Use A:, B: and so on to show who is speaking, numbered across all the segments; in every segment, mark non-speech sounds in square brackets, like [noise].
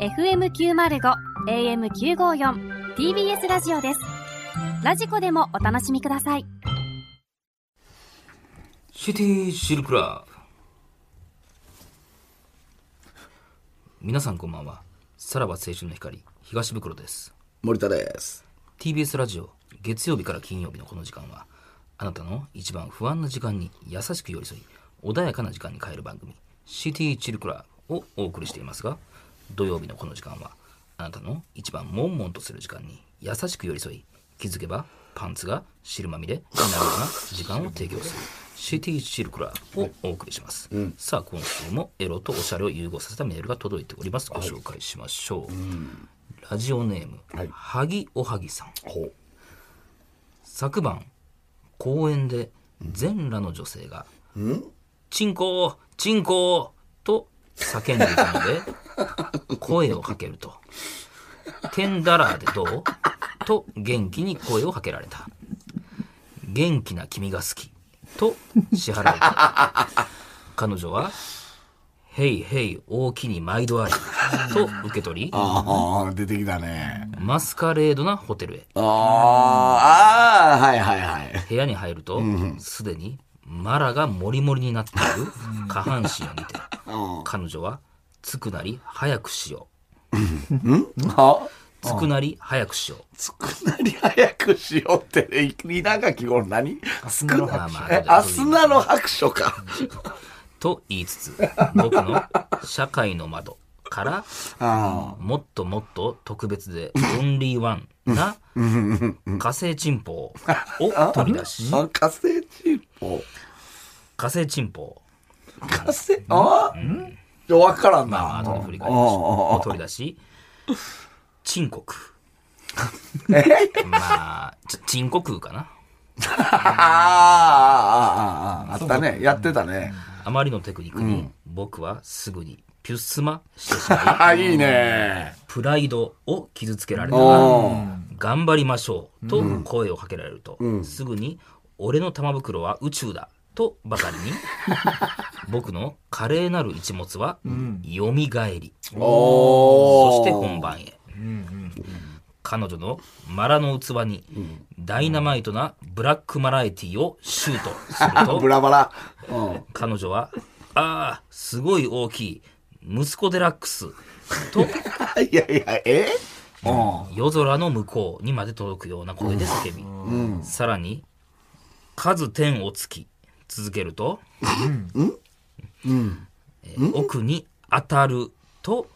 A: FM905 AM954 TBS ラジオですラジコでもお楽しみください
B: シティシルクラブ皆さんこんばんはさらば青春の光東袋です
C: 森田です。
B: TBS ラジオ月曜日から金曜日のこの時間はあなたの一番不安な時間に優しく寄り添い穏やかな時間に変える番組「シティチルクラ」をお送りしていますが土曜日のこの時間はあなたの一番悶々とする時間に優しく寄り添い気づけばパンツが汁まみれになるような時間を提供する「シティチルクラ」をお送りします、さあ今週もエロとおしゃれを融合させたメールが届いておりますご紹介しましょう、ラジオネーム、
C: はい
B: 萩おはぎさん
C: ほう。
B: 昨晩公園で全裸の女性が「チンコーチンコー!」と叫んでいたの
C: [laughs]
B: で声をかけると「テンダラーでどう?」と元気に声をかけられた「元気な君が好き」と支払われた彼女は「へいへい大きに毎度あり」と受け取り
C: ああ、出てきたね。
B: マスカレードなホテルへ
C: ああ、ああ、はいはいはい。
B: 部屋に入ると、すでにマラがモリモリになっている下半身を見て、彼女は、つくなり早くしよ
C: あ
B: う。つくなり早くしよ
C: つくなり早くしようって、ね、稲垣吾郎何つく
B: の
C: な
B: 白書
C: え、アスナの白書か。
B: う。と言いつ
C: [laughs]
B: つ、僕の社会の窓から、
C: あ
B: もっともっと特別でオンリーワンな火星チンポを取り出し、
C: あ、火星チンポ。
B: 火星チンポ
C: 火星、ああわからんな。
B: まあ、後で振り返り
C: あ
B: ましょう。
C: あ
B: を取り出し、沈国。まあ、ち沈国かな。
C: ああ、ああ、ああ、あったね。やってたね。
B: あまりのテクニックに、僕はすぐにピュッスマしてしまい、
C: あ、いいね。
B: プライドを傷つけられた
C: お
B: が、
C: ー
B: 頑張りましょうと声をかけられると、すぐに、俺の玉袋は宇宙だとばかりに、僕の華麗なる一物は、よみがえり。
C: お
B: そし
C: ー
B: て本番へ。彼女のマラの器にダイナマイトなブラックマラエティをシュートする
C: [laughs] ブ
B: と、
C: ラバラ。うん。
B: 彼女は、ああ、すごい大きい、息子デラックスと
C: いやいや、えうん。
B: 夜空の向こうにまで届くような声で叫び、さらに数点をつき続けると、えー奥に当たると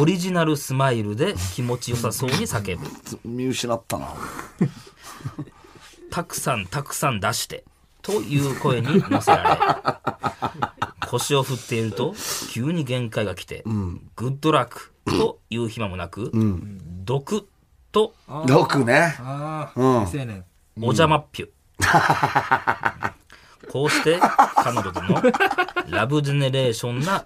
B: オリジナルスマイルで気持ちよさそうに叫ぶ
C: 見失ったな。
B: たくさんたくさん出してという声に乗せら [laughs] れ腰を振っていると急に限界が来て、グッドラックという暇もなく、毒と
C: 毒ね。
D: ああ、未成年。
B: お邪魔っぴゅ。こうして彼女とのラブジェネレーションな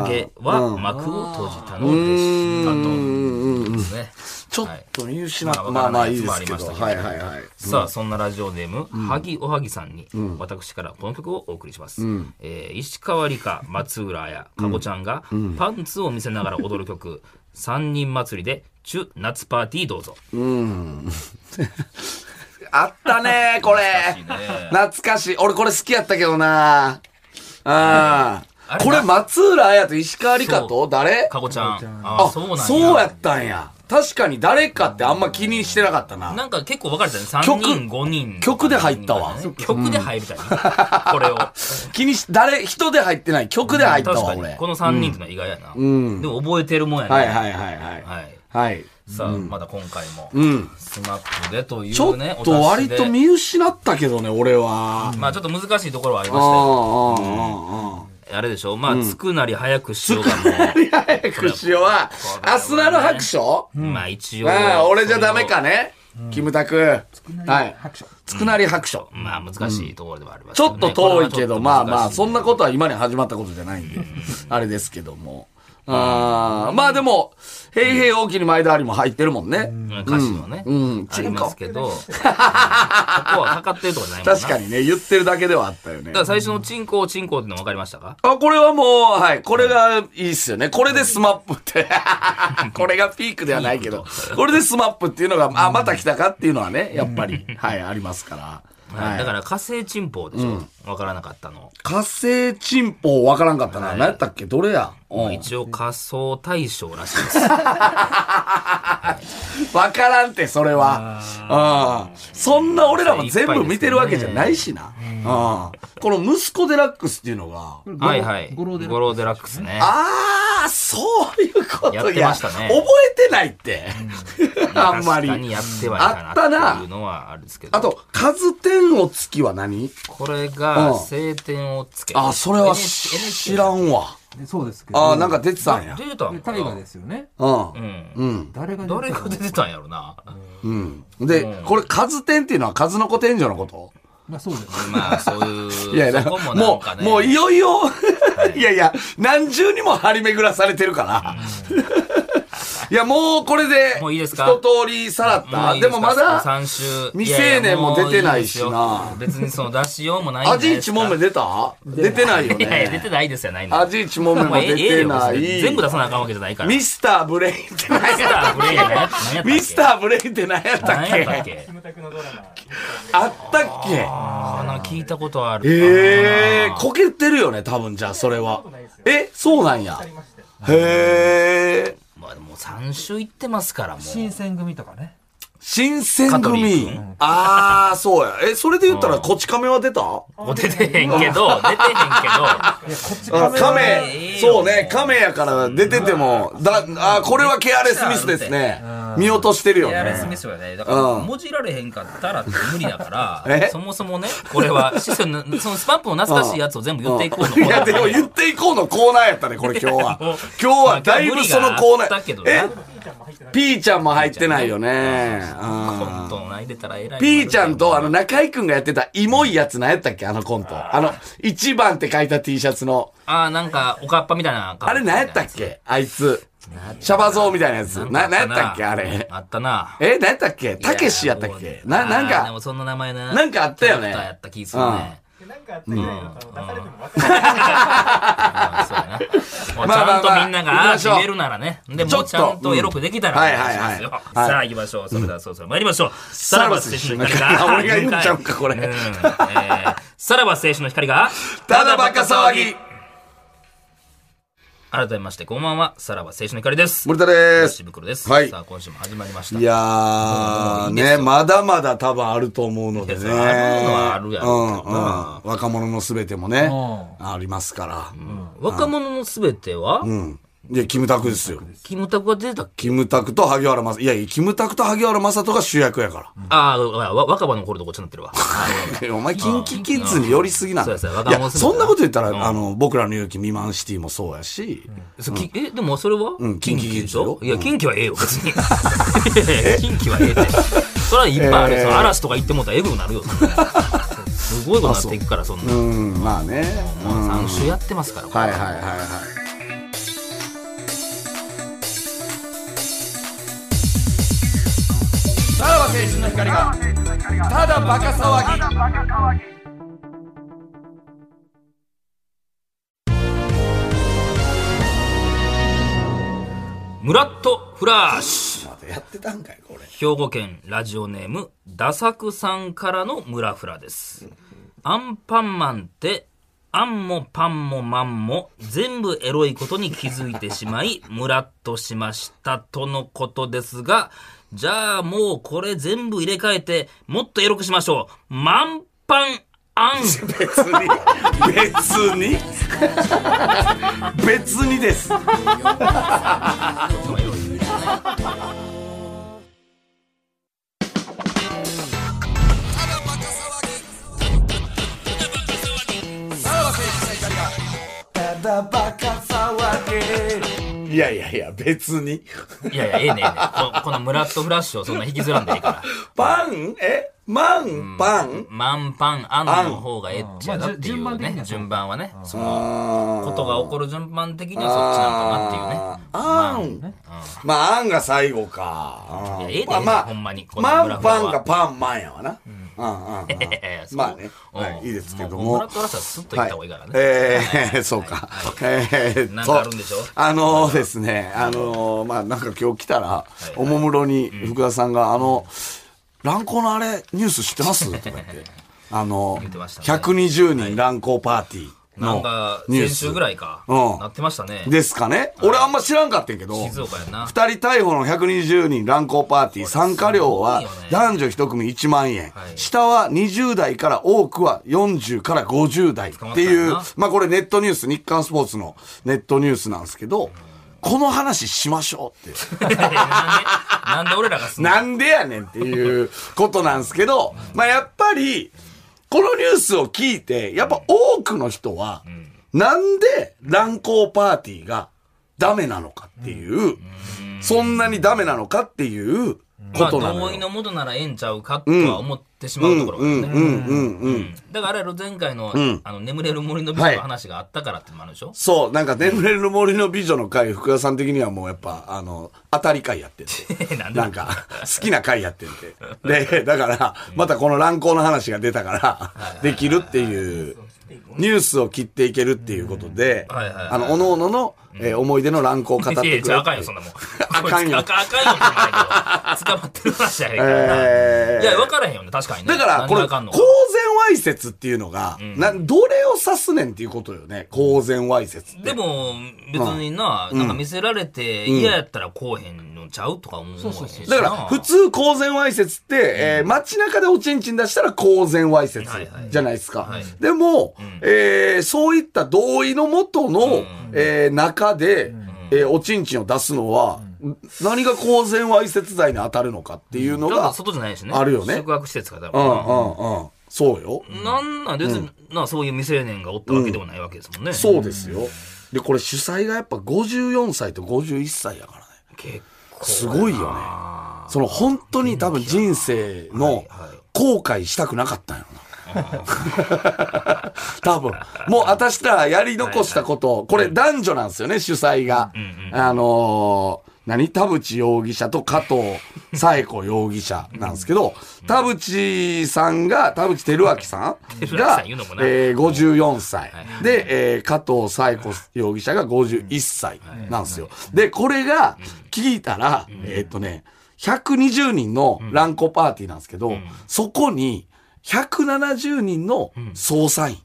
B: 宴は幕を閉じたのでしたと。ね
C: ちょっと見失った。ま
B: まあ
C: あま
B: わからな
C: あ
B: い
C: いいですけ
B: やつ
C: ど。
B: もありました
C: は
B: け
C: い
B: ど
C: はいはい。
B: さあそんなラジオネーム、萩おはぎさんに、私からこの曲をお送りします、えー石川理香松浦綾かごちゃんが、パンツを見せながら踊る
C: [laughs]
B: 曲「三人祭り」で「チュ夏パーティー」どうぞ
C: あったね、これ。懐かしい。俺これ好きやったけどな。ああ。これ松浦綾と石川理香
B: そ
C: と誰
B: かごちゃんあ
C: あ、
B: あそうなんや
C: そうやったんや。確かに誰かってあんま気にしてなかったな。
B: なんか結構分かれたね。3
C: 曲
B: 人、5人。
C: 曲で入ったわ
B: 曲で入るたい
C: [laughs]
B: な。これを。
C: 気にし、誰、人で入ってない。曲で入った
B: 確
C: わ、
B: かに。
C: 俺
B: こ。の3人ってのは意外やな。
C: ん
B: でも覚えてるもんやね。
C: はいはいはいはい。
B: はい。
C: はい。
B: さあ、まだ今回も、
C: うん。
B: スマップでというね、
C: ちょっと割と
B: お達しで
C: 見失ったけどね、俺は。
B: まあちょっと難しいところはあり
C: あ
B: ま
C: あ、
B: したよ。
C: ああ、ああ。
B: あれでしょまあ、つくなり早くしようがも
C: 早くしようは、アスナの白書
B: う。まあ一応。
C: ああ、俺じゃダメかね。キムタク。はい。
D: 白書。
C: つくなり白書
B: そ。れを。まあ難しいところではあります
C: ち
B: よ
C: ょ
B: ね
C: っと遠いけど、
B: これ
C: まあ
B: はちょっと難しい
C: まあ、そんなことは今に始まったことじゃないんで、あれですけども。ああ、まあでも、平平大きに前田ありも入ってるもんね。
B: うん歌詞のね、
C: うん
B: ありますけど、うんここはかかってるとかじゃないもんな。
C: 確かにね、言ってるだけではあったよね
B: だか。ら最初のチンコチンコっての分かりましたか
C: あ、これはもう、はい、これがいいっすよね。これでスマッ
B: [laughs]
C: プって。これがピークではないけど
B: ピーク、と
C: これでスマップっていうのが、あ、また来たかっていうのはね、やっ
B: [laughs]
C: ぱり、はい、ありますから。
B: はい、だ
C: はい。
B: から火星チンポでしょ、分からなかったの、
C: 火星チンポわからんかったな。何やったっけどれやうん
B: 一応仮想対象らしいです
C: わからんって、それは。うん。そんな俺らも全部見てるわけじゃないしな。うん。この息子デラックスっていうのが、
B: はいはい
D: ゴロデラックス
B: ゴロデラックスね
C: あー、そういうこと
B: やってましたね
C: いや覚えてないって。 [laughs] あんまり。
B: 確かにやってはいたな
C: あった
B: っていう
C: な。
B: のはあるんですけど
C: あと、数点をつきは何
B: これが
C: うん
B: 晴天をつけ
C: あ、それは
B: NHK
C: 知らんわ。
D: でそうですけど。
C: あー、なんか出てたんや
B: 出。てたん
D: で
B: かな
D: 大河ですよね。
C: う
B: う。
C: ん
B: ん
C: うん。
D: 誰が
B: 誰が出てたんやろな、
C: うん。で、これ数点っていうのは数の子天井のこと
D: まあそうです。
B: まあそういう
C: [laughs] いやいや、
B: そこもなん
C: も
B: かね
C: う、もういよいよ、 [laughs] いやいや、何重にも張り巡らされてるから。 [laughs] いや、もうこれで、
B: もういいですか
C: 一通りさらっ
B: も
C: た。
B: ういい
C: ですも
B: か
C: まだ、
B: 三週
C: 未成年も出てないしな
B: ややもういいですよ別にその出しようもないんじゃない
C: 味
B: です
C: 一
B: か
C: もめ出た出てないよ
B: いやいや出
C: ね。
B: てないですよないんだよ
C: 味一もめも
B: もうええ
C: 出てな
B: ええよ別に
C: い。
B: 全部出さなあかんわけじゃないから
C: ミスターブレインって何
B: ミスターブレイン何やったっけ
C: ミスターブレインって何やったっ
B: 何やったっ
C: け
B: け
C: あったっけ
B: あーなんか聞いたことある
C: ええこけてるよね、多分じゃあ、それは。え、そうなんや。へえ。
B: まあでも3週行ってますからも
D: 新
B: う
D: 選組とかね。
C: 新選
B: 香取
C: 組
B: 君。
C: ああ、そうや。え、それで言ったら、こち亀は出た
B: お出てへんけど出てへんけど
D: いや、こっち
C: あ
B: い
C: 亀、
B: いよ
C: そうね、亀やから出てても、だ、あーこれはケアレスミスですね。見落としてる
B: [laughs]
C: よ
B: エアレス
C: ね。
B: ミスはねだから
C: うん
B: もじられへんかったら無理だか
C: え
B: らそもそもねこれ
C: [laughs]
B: はシステムそのスパップの懐かしいやつを全部言っていこうの
C: いや、でも言っていこうのコーナーやったね、これ今
B: [laughs]
C: 日は。今日はだいぶそのコー
B: まあ今日無理が
C: ナ
B: あったけ
C: ー
B: ど。な
C: えピーちゃんも入ってないよね。うん
B: コントの泣いてたら偉い
C: ピーちゃんとあの中居くんがやってたイモいやつ何やったっけあのコント。あの、一番って書いた T シャツの。
B: あーなんかおかっぱみたいな
C: あれ何やったっけあいつ。シャバ像みたいなやつ。な、何やったっけあれ。
B: あったな
C: え何やったっけたけしやったっけな、なん
B: あーで
C: か
B: も、そんな名前な
C: なんかあったよね
B: キャラクターやった気するねなんかあった以外の出されても分からないもうち
C: まあま
B: ゃ
C: あ
B: ん
C: まあ
B: とみんながあー決めるならねで
C: ちょ
B: も
C: っ
B: う
C: と
B: ちゃんとエロくできたら
C: うん
B: お願しますよ
C: はいはいはいはい
B: さあ行きましょうそれではそろそろ参りましょうさ
C: さ
B: ら
C: らば
B: ば
C: 青
B: 青春
C: 春の
B: の
C: 光
B: 光
C: が
B: が
C: 俺が言うんちゃうんかこれ
B: うんえーさらば青春の光が
C: ただバカ騒ぎ。
B: 改めましてこんばんはさらば青春の光です
C: 森田です。
B: 東袋です
C: はい
B: さあ今週も始まりました
C: いやー、ね、まだまだ多分あると思うのでね。
B: いやあるのはあるやろうけど
C: うんうん。若者のすべてもね、
D: う
C: ありますから。
B: 若者のすべては
C: うん。いや、キムタクですよ。
B: キムタクが出てたっけ
C: キムタクと萩原正、いやいや、キムタクと萩原正人が主役やから。
B: あーわわ若葉の頃とこっちになってるわ
C: [laughs] お前、キンキキッズに寄りすぎなんだ。
B: うんそうやそうや若
C: いや、
B: 者
C: そんなこと言ったら、
B: うん
C: あの、僕らの勇気、未満シティもそうやし、
B: そうきえ、でもそれは
C: うん
B: 近畿でしょいや、近畿はええよ、別
C: [laughs]
B: に。 [laughs] いやいや近畿はええって。それはいっぱいあるよ。その嵐とか行ってもうたらエグくなるよ。そん
C: [laughs]
B: なすごいことになっていくから、そんな。
C: うん、まあね。うん
B: まあ3週やってますから、
C: はいはいはいはい。さらば青春の光が、ただバカ騒ぎ。
B: ムラッとフラッシュ
C: まだやってたんかい、これ。
B: 兵庫県ラジオネーム、ダサクさんからのムラフラです。アンパンマンって、アンもパンもマンも全部エロいことに気づいてしまい、 [laughs] ムラっとしましたとのことですが、じゃあもうこれ全部入れ替えて、もっとエロくしましょう。マンパンアン。
D: [laughs]
C: 別に別に別にですいやいやいや別に
B: いやいや、ええねえねこ。このムラっとフラッシュをそんな引きずらんでいいから。
C: パンえマンパン
B: マンパンアンの方がええっちゃなってい
D: うんまあ
B: う
D: じゅ
B: ね。
D: 順番的にはそう
B: 順番はね。その
C: あー
B: ことが起こる順番的にはそっちなんかなっていうね。
C: あーあん、まあ、あんが最後か。
B: いや
C: うん
B: ええで
C: まあまあ、
B: ほんまにこの
C: マ
B: グラ
C: ン
B: フは
C: パンがパンマンやわな。うんうんうん
B: [laughs] そう
C: まあね、
B: うん
C: はいいいですけ
B: うブ
C: ど
B: ラ
C: も
B: ッ。クアラサースッと行った方がいいからね。
C: えー [laughs] そうか。えー
B: なん
C: そう
B: かあるんでしょ
C: あのーですね、あのー、まあ、なんか今日来たら、おもむろに福田さんが、あの、乱行のあれ、ニュース知っ
B: [laughs]
C: てますとか言って。あの
B: ってましたね
C: 120人乱行パーティー
B: な
C: の
B: んか、
C: ニュー
B: 先
C: ス
B: 週ぐらいか。
C: うん
B: なってましたね。
C: ですかね。俺あんま知らんかったんけど。
B: 静岡やな。 [laughs]
C: 2人逮捕の120人乱行パーティー参加料は
B: すごいよね
C: 男女1組1万円、
B: はい
C: 下は20代から多くは40から50代っていう
B: 捕まったよな
C: まあこれネットニュース日刊スポーツのネットニュースなんですけどこの話しましょうって
B: なんでなんで俺らがすんの
C: なんでやねんっていうことなんですけどまあやっぱりこのニュースを聞いてやっぱ多くの人はなんで乱行パーティーがダメなのかっていう、そんなにダメなのかっていう
B: ま
C: こ
B: あ、
C: となの
B: 同意
C: よ。
B: のもとならええんちゃうかとは思ってしまうところがあるね。
C: うんうんうん。
B: だからあれやろ前回の、あの、眠れる森の美
C: はい
B: 女の話があったからってのもあるでしょ、 [laughs]
C: そう、なんか、眠れる森の美女の回、福田さん的にはもうやっぱ、あの、当たり回やってんで。
B: なんで
C: [laughs] なんか、好きな回やってんで。で、だから、またこの乱行の話が出たから、できるっていう、ニュースを切っていけるっていうことで、
B: はいはいはい
C: あの、おのおのの、えー思い出の乱行を語ってく
B: い
C: れ
B: や
C: っ
B: い
C: て
B: や、
C: いう
B: あかんよ、そんなもん。
C: あかんよ
B: あかあかんよ、って前けど。捕
C: [laughs]
B: まってる話じゃないからな。
C: えー
B: いや、分からへんよね、確かにね。
C: だから、
B: 何
C: こ
B: が
C: れ、
B: あかん
C: 公
B: の
C: 然わいせつっていうのが、な、どれを指すねんっていうことよね。公然わいせつって。
B: でも、別にな、なんか見せられて嫌やったらこうへんのちゃうとか思うそうそう
C: だから、普通公然わいせつって、えー街中でおちんちん出したら公然わいせつ
B: はいはい
C: じゃないですか。
B: はい
C: でも、えーそういった同意のもとの、えー中で、えーおちんちんを出すのは、何が公然わいせつ罪に当たるのかっていうの
B: だから
C: が、
B: 外じゃないしね。
C: あるよね
B: 宿泊施設がだか
C: う
B: ら
C: んう
B: な。
C: んうん。そうよ。
B: なんなん、別に、な、そういう未成年がおったわけでもないわけですもんね。
C: そうですよ。で、これ主催がやっぱ54歳と51歳やからね。
B: 結構。
C: すご
B: [laughs]
C: いよね。その本当に多分人生の
B: はいはい
C: 後悔したくなかったんやろ [laughs] な。多分。もう私らやり残したことを、これ男女なんですよね、主催が。あのー、何田淵容疑者と加藤冴子容疑者なんですけど、田淵さんが、田淵照明さん
B: 照明さ
C: が
B: ん言うのも、な
C: えー、54歳
B: は。
C: で、えー加藤冴子容疑者が51歳なんですよ。で、これが聞いたら、えーっとね、120人の乱行パーティーなんですけど、そこに170人の捜査員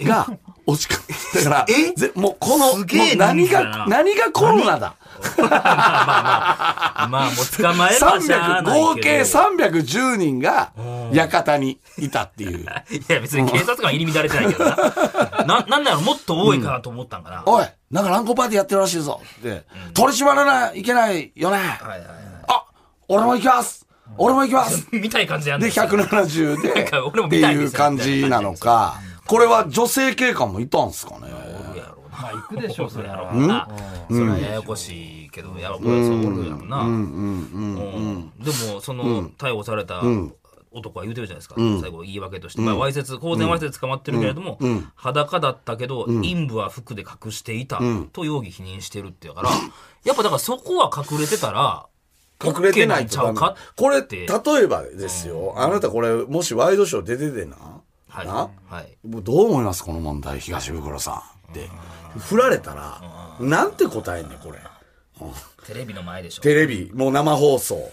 C: が落ちかけだから、ぜもうこの、も
B: す [laughs] げえ
C: う何
B: 人数だ
C: が、
B: な
C: 何がコロナだ。
B: まあまあ、もう捕まえればしゃあな
C: 300、
B: いけど
C: 合計310人が館にいたっていう。 [laughs]
B: いや、別に警察官入り乱れてないけどな。な、なんならもっと多いかなと思ったんかな。
C: おい、なんか乱行パーティーやってるらしいぞって、取り締まらない、いけないよね。
B: はいはいは
C: あ、俺も行きます俺も行
B: [laughs]
C: きます
B: い。みたいな感じでやんの
C: で、170で、
B: [laughs] か俺も
C: って
B: 見たいですよ
C: いう感じなのか、これは女性警官もいたんですかね。
B: おるやろうな。
D: まあ行くで
B: [laughs]
D: しょうそれは
B: うな。それはややこしいけど、やばい、そうおるやろうな。うんでも、その、逮捕された男は言うてるじゃないですか。最後、言い訳として。まあ、わいせつ、公然わいせつ捕まってるけれども、裸だったけど、陰部は服で隠していたと容疑否認してるってやから、やっぱだからそこは隠れてたら、
C: 隠れてないと
B: オッケーなんちゃうか
C: か。これ、
B: て
C: 例えばですよ。あなたこれ、もしワイドショー出ててな。
B: はい。
C: な
B: はい。
C: もうどう思いますこの問題、東袋さん。って。振られたら、なんて答えんねん、これ。
B: テレビの前でしょ。
C: テレビ、もう生放送。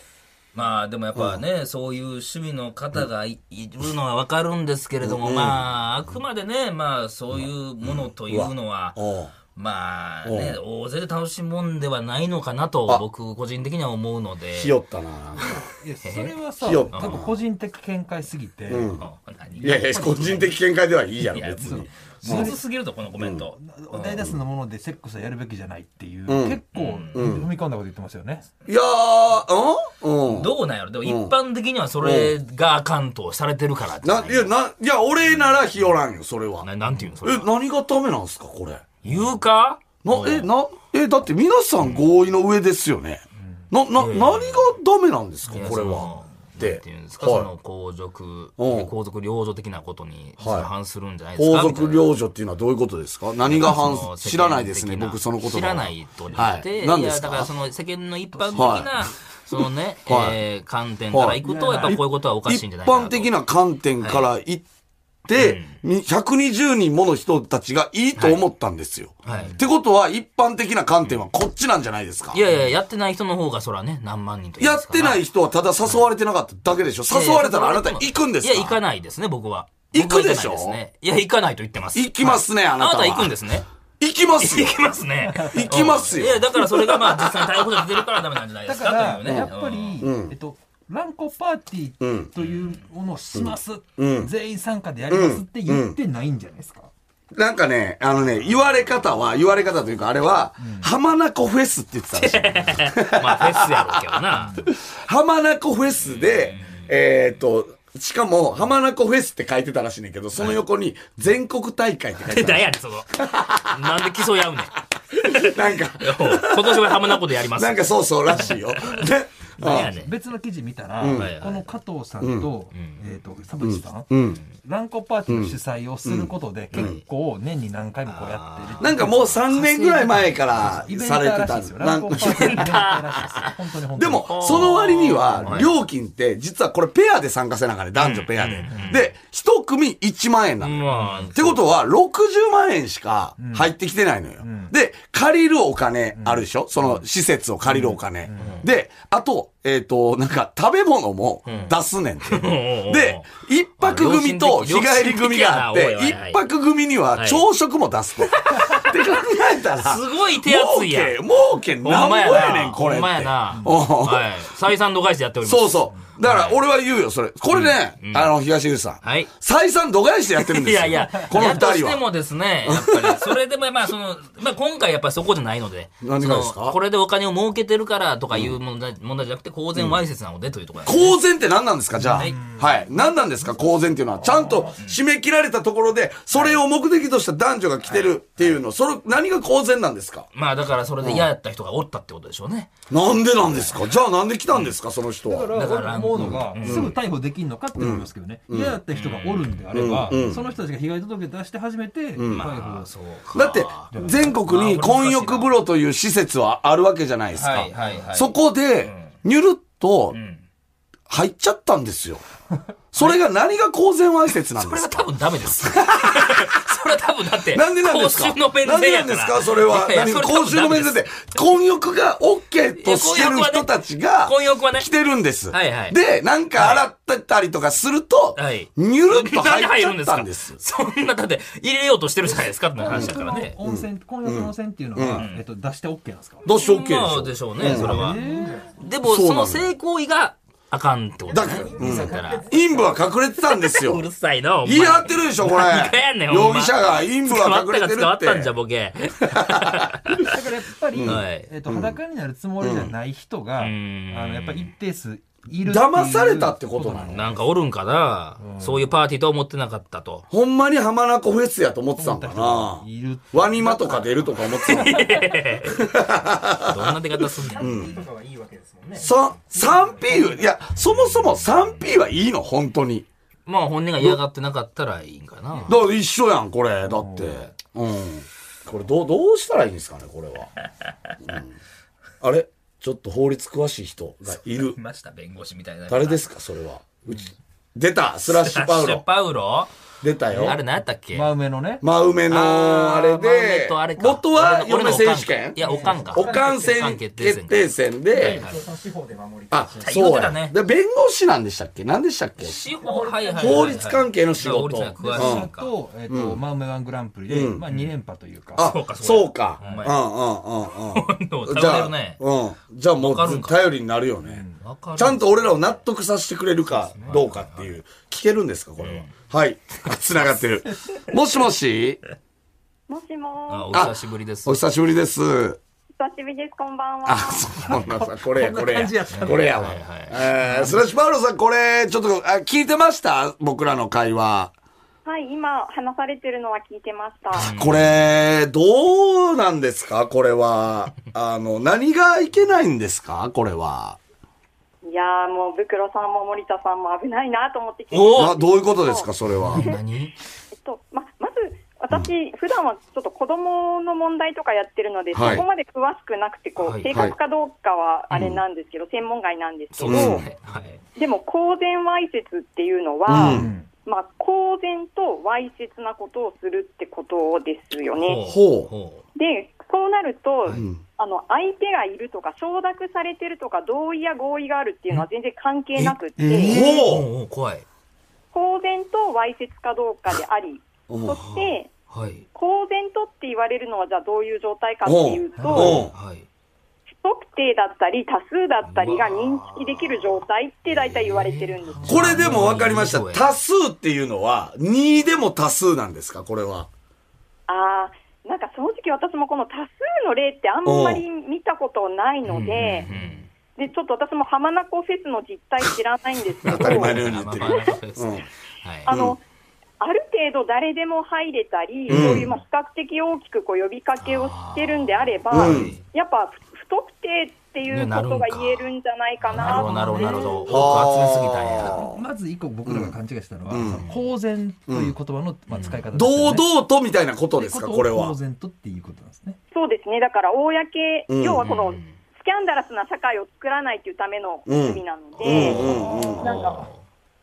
B: まあでもやっぱね、そういう趣味の方がい,、るのはわかるんですけれども、まあ、あくまでね、まあそういうものというのは、
C: おう
B: まあね、大勢で楽しむもんではないのかなと、僕個人的には思うので。
C: ひよったな、なんか
D: いやそれはさ
C: ひよっ
D: 多分個人的見解すぎて、
B: うん何
C: いや
B: [laughs]
C: いや、個人的見解ではいいやろ、
B: いや、
C: 別
B: 別に
C: に。。
B: むずすぎると、このコメント。
D: お題出すのものでセックスはやるべきじゃないっていう、結構踏み込んだこと言ってますよね、
C: いやー、んうん。
B: どうなんやろでも一般的にはそれが関東されてるからじゃ
C: な、
B: ない
C: いや、な、いや、俺ならひよらんよ、それは。
B: ななんていうのそれ
C: え、
B: は
C: 何がダメなんすか、これ。
B: 言うか
C: な、え、な、え、だって皆さん合意の上ですよね。な、な、何がダメなんですか、これは。。
B: そ
C: って
B: ていうんですか、
C: はい
B: その皇族、
C: うん
B: 皇族領女的なことに
C: はい
B: 反するんじゃないですか、
C: 皇族
B: み
C: 領女っていうのはどういうことですか何が
B: たいな
C: 反
B: その世間的
C: 知らないですね僕そのこと
B: 知らないと言
C: は
B: っ
C: い
B: て、
C: 何
B: い
C: で
B: や
C: すか
B: だからその世間の一般的な、
C: は
B: そのね、
C: [laughs] はい
B: えー観点からいくと、やっぱこういうことはおかしいん
C: 一
B: じゃないかなと
C: 般的な観点から言って、に120人もの人たちがいいと思ったんですよ。
B: はい
C: ってことは、一般的な観点はこっちなんじゃないですか。
B: いやいや、やってない人の方がそらね、何万人と言い
C: や
B: ま
C: っ
B: すから
C: てない人はただ誘われてなかっただけでしょ。誘われたらあなた行くんですか
B: いや、行かないですね、僕は。
C: 行くでしょ
B: 僕は行かないですねいや、行かないと言ってます。
C: 行きますね、あ
B: あな
C: なた
B: た
C: は。
B: 行くんです
C: [laughs]
B: ね。
C: 行きますよ
B: 行。きますね。
C: 行きますよ
B: うんいや、だからそれがまあ実際に逮捕状出てるからダメなんじゃないで
D: だ
B: す
D: か
B: か。
D: ら、
B: というね。
D: やっぱり、えっと、乱交パーティーというものをします、全員参加でやりますって言ってないんじゃないですか。
C: なんかね、あのね、言われ方は、言われ方というか、あれは、浜名湖フェスって言ってたんです
D: [laughs]
C: よ。
B: うんまあフェスやろうけど
C: [laughs]
B: な。
C: 浜名湖フェスで、えっと、しかも、浜名湖フェスって書いてたらしいねんけど、その横に全国大会って書いてた
B: だ。やねんその。なんで競い合うねん。
D: [laughs]
C: なんか、
B: 今年は浜名湖でやります。
C: なんかそうそうらしい
D: [laughs]
C: よ。ね。
B: なんやねん。
D: 別の記事見たら、
B: はいはい
D: この加藤さんと、えっ、と、佐藤さん、乱交パーティーの主催をすることで、結構年に何回もこうやってる。
C: なんかもう3年ぐらい前から
D: イベント
C: されて
D: らしい
C: たん
D: で
C: ですす
D: よ。
C: よ。
D: 乱
C: なん
D: 交
C: か
D: パーティーのイベントらしいですよ。本当に
C: [laughs]
D: 本当
C: で
D: に。
C: も、その割には、料金って、実はこれペアで参加せなあかんねん男女ペアで。で、一組1万円なの。
B: まあ。っ
C: ってことは、60万円しか入ってきてないのよ。で、借りるお金あるでしょ、その施設を借りるお金。で、あと、えっ、と、なんか食べ物も出
B: [laughs]
C: すねんて。
B: ん
C: で、一泊組と日帰り組があ
B: 良心的、やな
C: って
B: おいおいおい
C: 一泊組には朝食も出すと。 [laughs] って考えたら、
B: すごい手厚いやん
C: 儲け、儲け
B: ほ
C: なん
B: ん
C: ぼ
B: まや
C: や
B: な。
C: ねん、これっ
B: ほんま
C: て。
B: やな。
C: おう
B: はい。採算度外視でやっております。
C: そうそう。だから、俺は言うよ、それ。これね、あの、東口さん。
B: はい
C: 再三度外視でやってるんで
B: い
C: すよ。
B: やいや、
C: この二
B: やとし
C: 人
B: て
C: は。
B: もですね、やっぱり、それでもまあ、その、まあ今回やっぱりそこじゃないので、
C: 何がですか
B: そのこれでお金を儲けてるからとかいう問題,、問題じゃなくて、公然わいせつなのでというところなんです
C: 公然って何なんですかじゃあ。は
B: はいい。
C: 何なんですか公然っていうのは。ちゃんと締め切られたところで、それを目的とした男女が来てるっていうの、それ、何が公然なんですか
B: まあだからそれで嫌やった人がおったってことでしょうね。
C: なんでなんですかじゃあなんで来たんですかその人
D: だか
C: は。
B: だ
D: ら
B: から
D: 俺思うのが、すぐ逮捕できんのかって思いますけどね、嫌だった人がおるんであれば、その人たちが被害届出して初めて逮捕、
B: ああ、そうか。
C: だって、全国に混浴風呂という施設はあるわけじゃないです
B: は
C: か
B: い。はいはい。
C: そこで、にゅるっと
B: ん
C: 入っちゃったんで
B: [laughs]
C: すよ。それが何が公然わいせつなん
B: そ
C: で
B: れ
C: す
B: は
C: か
B: 多分ダメ
C: [laughs]
B: です。それは多分だって、
C: なんでなんですか
B: 公衆の面
C: なん
B: 前
C: でな
B: や
C: ん
B: か
C: で
B: ら
C: すかそれは。
B: いやいや
C: 何
B: それ多
C: 公
B: 分
C: 衆の面
B: ダ
C: 接
B: メで
C: で、混浴が OK とし
B: い
C: てる
B: や混浴はね
C: 人たちが、
B: 混浴はね
C: 来てるんです。
B: はいはい
C: で、なんか洗ってたりとかすると、
B: はい
C: ニュルっ
B: す [laughs]
C: と入っちゃった
B: なんん
C: で
B: ですす。かそんな、だって、入れようとしてるじゃないですかって話だ
D: そ
B: から
D: の
B: ね。
D: 温泉、混浴の温泉っていうのは、えっと、出して OK なんですか、
C: どうして OK でし
B: ま
C: ょ
B: あ
C: う、
B: でしょうね、それは。で
C: そ
B: も、
C: うな
B: そ
C: のよ
B: の性行為があかんってこと
C: だ
B: ね
C: から。
B: 見せたら。
C: 陰部は隠れてたん
B: [laughs]
C: です
B: う
C: よ
B: る。さいな、お前。
C: 言い張ってるでしょ、これ
B: 何がやね。んほん
C: 容
B: ま
C: 疑者が陰部
B: 捕
C: は
B: まっ
C: 隠れ
B: たか
C: てる
B: 捕ま
C: っ
B: ったんじゃ、
C: て。
B: ボ
C: [laughs]
B: ケ。
D: だからやっぱり、
B: はい
D: えっと、裸になるつもりじゃない人が、
B: ん
D: あのやっぱり一定数いるっていう
C: 騙されたってことなの
B: なんかおるんかな。そういうパーティーとは思ってなかったと。
C: ほんまに浜名湖フェスやと思ってたんか
D: 思
C: な
D: った人がいる。
C: ワニマとか出るとか思ってたんかな
B: どんな出方すんねん。
E: とかはいいわけですもんね。
C: さ、3P、いや、そもそも 3P はいいの、本当に。
B: まあ本人が嫌がってなかったらいいんかな。
C: だから一緒やん、これ。だって。うん。これ、どう、どうしたらいいんですかね、これは。うんあれちょっと法律詳しい人がいる
B: い。ました、弁護士みたいな。
C: 誰ですか、それは。うち、出たスラッシュパウ
B: ラッシュ
C: ロ。
B: パウロ
C: 出たよ
B: あ。れ何やったっけ
D: 真梅のね、
C: 真梅の、あれで、元は嫁選手権
B: いや、おかんか。
C: おか
B: お
C: ん
B: か
C: 選
B: 決定
C: 決
B: 戦か
C: 定戦で、
E: その司法で守り
C: あ、
B: い
C: そう
B: 言
C: や
B: う。て
C: で、弁護士なんでしたっけ何でしたっけ
B: 司法、はいはいはいはい
C: 法律関係の仕事
B: 法律には詳しい
D: 私
B: んか。
D: と、えっと、真梅ワングランプリで、まあ2連覇というか、
C: あ
B: そう、か
C: そ
B: そううか。
C: かうんうんうんう
B: ほん
C: ん。
B: と
C: じゃ
B: 頼れ
C: あ、
B: るね
C: うん。じゃあも
B: わかる
C: うん
B: か
C: 頼りになるよね。
B: わかる
C: ちゃんと俺らを納得させてくれるかどうかっていう。聞けるんですかこれは。はい。 [laughs] 繋がってる。もしもし
F: もし
B: あ
F: も
B: お久しぶりです
C: お。久しぶりです。
F: ー、久しぶりです、こんばん
C: あ、
F: は。
C: そうなんだ。これや、これや。これやわ
B: はいはい。
C: えースラッシュパウロさん、これ、ちょっと、あ聞いてました僕らの会話。
F: はい、今話されてるのは聞いてました。
C: これ、どうなんですかこれは。あの、何がいけないんですかこれは。
F: いややーもう、ブクロさんも森田さんも危ないなと思って聞いて
B: お
C: などういうことですか、それは。
B: 何
F: えっと、ま、まず、私、普段はちょっと子供の問題とかやってるので、
C: はい
F: そこまで詳しくなくて、こ
B: は
F: う、
B: い
F: 正確かどうかはあれなんですけど、専門外なんですけ
B: そ
F: ど
B: うで、すね。はい。
F: でも、公然わいせつっていうの
C: う
F: は
C: ん、
F: まあ、公然とわいせつなことをするってことですよね。
B: ほう。ほ
F: で、そうなると、
C: うん
F: あの、相手がいるとか、承諾されてるとか、同意や合意があるっていうのは全然関係なくって、
B: う。
C: えほう
B: ほう怖い。
F: 公然とわいせつかどうかであり、そして、
B: はい。
F: 公然とって言われるのは、じゃあどういう状態かっていう
C: おうおう
F: と、
B: はい。
F: 不特定だったり、多数だったりが
B: うわ
F: 認識できる状態って大体言われてるんです。
C: これでも分かりました。
B: うん
C: 多数っていうのは、2でも多数なんですか、これは。
F: あーなんか正直私もこの多数の例ってあんまり見たことないので、で、ちょっと私も浜名湖フェスの実態知らないんですけど、
C: [laughs] 当たり前のよう
B: うん
C: に
B: ま
C: 言
B: あ
C: っ
B: ま
C: て
B: あ。ま
C: る
B: あそうですね
F: あ
B: はい。
F: の、ある程度誰でも入れたり、
C: うん
F: そういうまあ比較的大きくこう呼びかけをしてるんであれば、
C: うん
F: やっぱ不不特定っていうことが言えるんじゃないか
B: なるほど、な
F: な。
B: るほど、なるほど。
C: はあ
B: 多く集めすぎたんや。
D: まず一個僕らが勘違いしたのは、
C: うん
D: その公然という言葉の、まあ、使い方ですよね
C: 堂々とみたいなことですか、
D: って
C: これ
D: を
C: は
D: 公。然とっていうことなんですね。
F: そうですね。だから公、
C: うん
F: 要はこの
B: うん
F: スキャンダラスな社会を作らないというための罪なの
C: うん
F: で、
C: うんうん。
F: なんか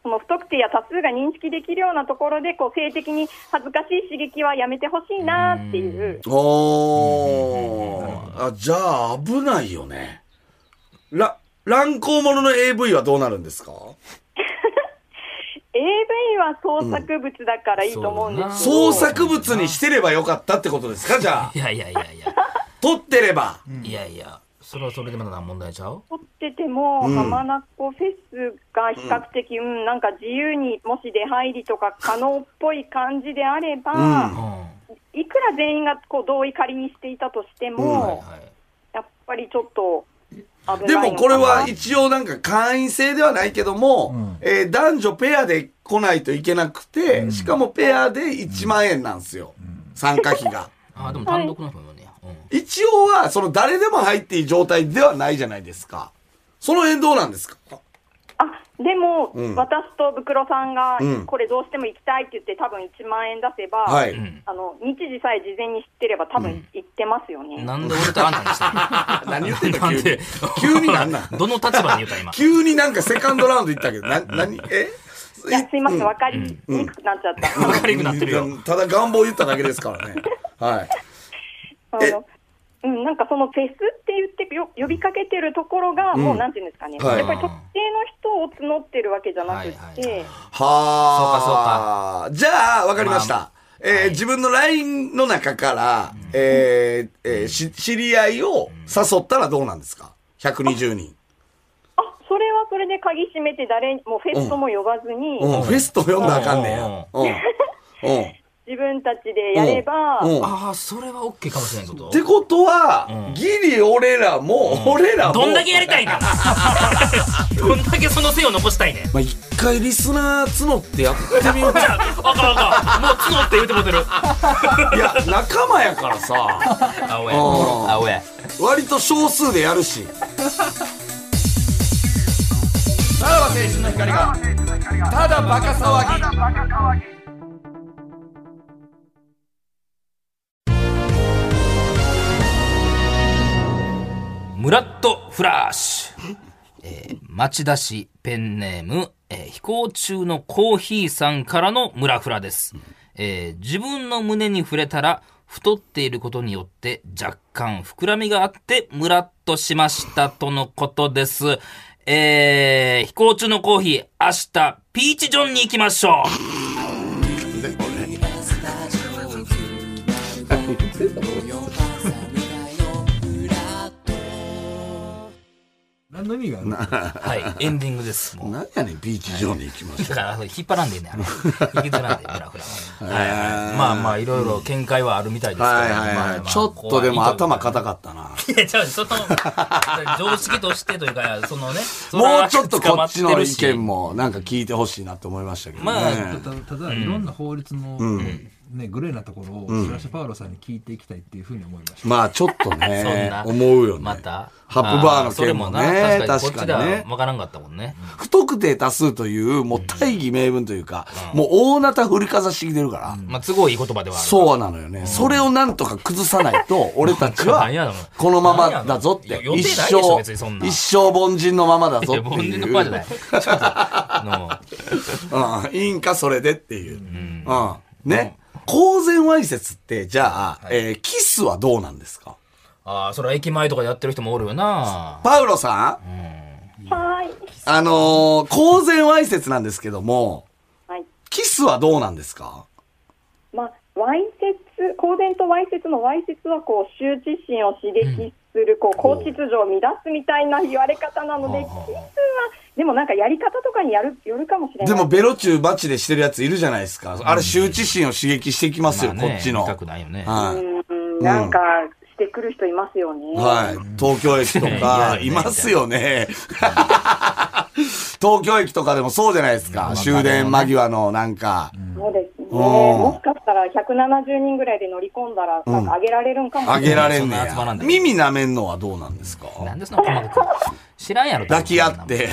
F: その不特定や多数が認識できるようなところで、こう性的に恥ずかしい刺激はやめてほしいなっていう。
C: おー。あ、じゃあ危ないよね。ら、乱行者の AV はどうなるんですか
F: AV は創作物だからいいと思うんですけど、
C: 創作物にしてればよかったってことですかじゃあ。
B: いやいやいやいや。
C: 撮ってれば。
B: いやいや、それはそれでまだ問題ちゃう
F: 撮ってても、
C: うん
F: 浜名湖フェスが比較的、うんなんか自由にもし出入りとか可能っぽい感じであれ
B: う
F: ば、
B: ん。はい
F: くら全員がこう同意仮にしていたとしても、
B: い。
F: やっぱりちょっと危
C: で
F: ないのかな
C: もこれは一応なんか会員制ではないけども、
D: うん
C: えー男女ペアで来ないといけなくて、
D: うん
C: しかもペアで1万円なんですよ。参加費が。 [laughs]
B: あ、でも単独の人もいるね。うん
C: 一応は、その誰でも入っていい状態ではないじゃないですか。その辺どうなんですか
F: あでも、
C: うん
F: 私とブクロさんが
C: うん
F: これどうしても行きたいって言って多分1万円出せば、
C: はい。
B: うん
F: あの日時さえ事前に知ってれば多分行ってますよね。
B: なんで俺とあんたにした
C: あ [laughs] 何言ってんの
B: のなん
C: 急に
B: で。 [laughs]
C: 急になんなん
B: どの立場で言うた今。
C: 急になんかセカンドラウンド行ったけど、な、何え
F: いやすいません、
C: う
F: 分かりにくくなっちゃった。
B: わかりにくくなってるよ。
C: ただ願望言っただけですからね。はい。
F: あのうん、なんかそのフェスって言ってよ呼びかけてるところが、
C: うん
F: もうなんていうんですかね、
C: はい
F: やっぱり特定の人を募ってるわけじゃなく
B: は
F: て、
B: いはいはい
C: はあ。そうかそうか。じゃあ、わかりました。
B: ま
C: えー自分の LINE の中から、えーえーし知り合いを誘ったらどうなんですか ?120 人。
F: あそれはそれで鍵閉めて誰に、もうフェスとも呼ばずに、
C: うん、フェスト読んだらあかんねや。うん。うん。っ
F: 自分たちで [laughs] やれば、
C: うんうん
B: ああ、それは OK かもしれんこと。
C: てことは、
B: うん
C: ギリ俺らも、俺らも。
B: どんだけやりたいねん
C: [laughs]
B: どんだけその線を残したいねん
C: まあ、一回リスナー募ってやってみようか。
B: [laughs] あかんあかんもう角って言うてもうてる
C: いや、仲間やからさ、
B: 青
C: や青
B: や
C: 割と少数でやるし。さらば青春の光が、ただバカ騒ぎ。
B: ムラッとフラッシュ、えー町田市ペンネーム、えー飛行中のコーヒーさんからのムラフラです、えー自分の胸に触れたら太っていることによって若干膨らみがあってムラッとしましたとのことです、えー飛行中のコーヒー明日ピーチジョンに行きまし [laughs] ょう
D: 何の意味があるの
B: はいエンディングですもう
C: なんやねん、ビーチ上に行きまし
B: だ
C: た。
B: から引っ張らんでいいね
C: [laughs]
B: あの引きずらんでいいムラフラははいはいまあまあいろいろ見解はあるみたいですけど、
C: はいはい
B: まあま
C: は
B: あ
C: い。
B: まあ
C: ちょっとでも
B: 怖いという
C: 頭
B: か
C: 固かったな。
B: いや、じゃあ、その、常識としてというか、そのね、それは
C: [laughs] もうちょっとこっち
B: 捕まて
C: の
B: る
C: 意
B: し
C: 見もなんか聞いてほしいなって思いましたけどね。
B: まあ
D: たただいろんな法律のね、グレーなところを、シュラシュパウロさんに聞いていきたいっていうふうに思いました。
C: まあちょっと
B: [laughs] そん
C: ね
B: な、
C: 思うよね。
B: また
C: ハプバーの件も
B: あーそれ
C: ね、
B: もな
C: 確
B: こ
C: か
B: っち
C: に
B: で
C: ね
B: は。わからんかったもんね。
C: 不特定多数という、もう大義名分というか、もう大なた振りかざしてきてるから、
B: まあ、都合いい言葉ではある。
C: そうなのよね。それをなんとか崩さないと、俺たちは
B: なんやろな、
C: このままだぞって
B: なんや、ろ
C: 一
B: 予定ないでしょ別にそん
C: 生、
B: な
C: 一生凡人のままだぞ
B: いや
C: って
B: 凡
C: い
B: 人の
C: う。
B: ままじゃない。ちょっとあ
C: うん、いいんか、それでっていう。うん。ね。公然わいせつって、じゃあ、えーキスはどうなんですか
B: のあー、それは駅前とかでやってる人もおるよな。
C: パウロさん、
F: はい。
C: あのー公然わいせつなんですけども、
F: はい。
C: キスはどうなんですか
F: まあ、わいせつ、公然とわいせつのわいせつは、こう、羞恥心を刺激する、こう、好秩序を乱すみたいな言われ方なので、キスは、でもなんかやり方とかにやる、よるかもしれない。
C: でも、ベロチューバチでしてるやついるじゃないですか。あれ、羞恥心を刺激してきますよ、
B: まあね
C: こっちの。
B: 見たくないよね
C: はい。
F: うん、なんか、してくる人いますよね。
C: はい。東京駅と
B: い
C: か
B: や、
C: いますよね。 [laughs] 東京駅とかでもそうじゃないですか。終電間際のなんか。
F: そうですね。
C: うん
F: もしかしたら170人ぐらいで乗り込んだら、なんか上げられるんかもしれな
C: あ
F: い。
C: げられんね
B: そんな集まら
C: や
B: ん。で
C: 耳舐めんのはどうなんですか
B: なんでそんな細かく。知らんやろ、多分
C: 抱き合って、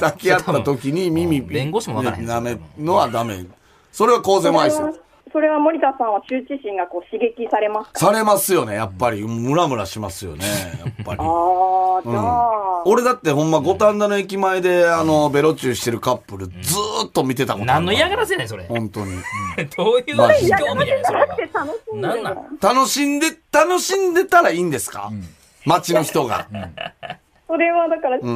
C: 抱き合った時に耳、
B: うん弁護士もわからへん
C: 舐めのはダメ。それは公
F: そ
C: 然
F: れ
C: わいせ
F: は
C: つ。
F: それは森田さんは羞恥心がこう刺激されますか
C: されますよね、やっぱり。ムラムラしますよね、やっぱり。
F: ああ、じゃあ、
C: 俺だってほんま五反田の駅前で、あの、ベロチューしてるカップルずーっと見てたことある
B: 何の嫌がらせやねん、それ。
C: 本当に。
B: どういう興味やねん、それは。
F: 楽しんで
B: なん
F: る
B: な
F: の
B: ん
C: 楽しんで、楽しんでたらいいんですか、街の人が。
F: それはだから、こ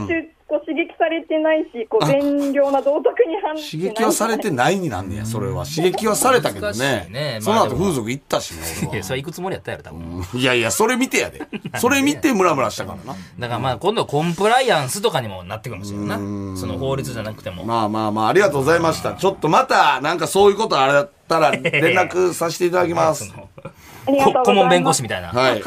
F: う刺激されてないし、こう善良な道徳に反して
C: 刺
F: ない。
C: 激はされてないになんねや、それは。刺激はされたけど
B: 難
C: ね
B: し。いね
C: そ
B: まあ
C: の
B: で
C: 後
B: も
C: 風俗行ったしね、
B: いや、
C: 俺は。
B: それ行くつもりやったやろ、多分。
C: いやいや、それ見てやで。それ見てムラムラしたからな。
B: だからまあ、今度はコンプライアンスとかにもなってくるかもしれんな。その法律じゃなくても。
C: まあまあまあ、ありがとうございました。ちょっとまた、なんかそういうことあれた [laughs] ら連絡させていただきます
B: そ。の
F: ありがとうございます
B: 顧問弁護士みたいな。 [laughs]
C: はい。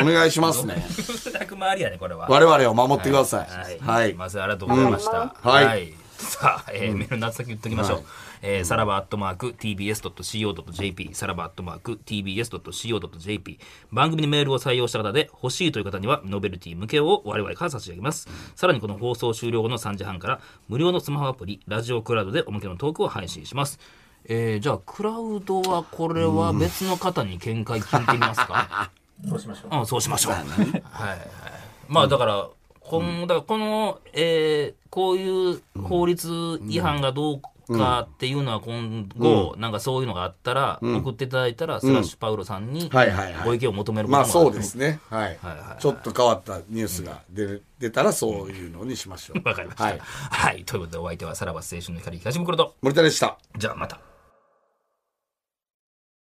C: お願いします [laughs] ね。
B: 100回りやね、これは。
C: 我々を守ってください。
B: は。
C: はいい。
B: まずありがとうございました。
C: うんはい
B: さあ、えーメールの宛先言っときましょう。えーさらばアットマーク tbs.co.jp、さらばアットマーク tbs.co.jp。番組にメールを採用した方で、欲しいという方には、ノベルティ向けを我々から差し上げます。さらにこの放送終了後の3時半から、無料のスマホアプリ、ラジオクラウドでお向けのトークを配信します。えーじゃあ、クラウドは、これは別の方に見解聞いてみますか
E: [laughs] そうしましょう。
B: うん、そうしましょう。はいはい。まあだから、この、だからこの、えーこういう法律違反がどうかっていうのは今後、なんかそういうのがあったら、送っていただいたら、スラッシュパウロさんに
C: はいはいはい
B: ご意見を求めることも
C: まあそう
B: る
C: ですね。はい
B: はいはいはい。
C: ちょっと変わったニュースが出る出たらそういうのにしましょう。
B: わかりました。は
C: はいい。
B: ということで、お相手はさらば青春の光東袋と、
C: 森田でした。
B: じゃあまた。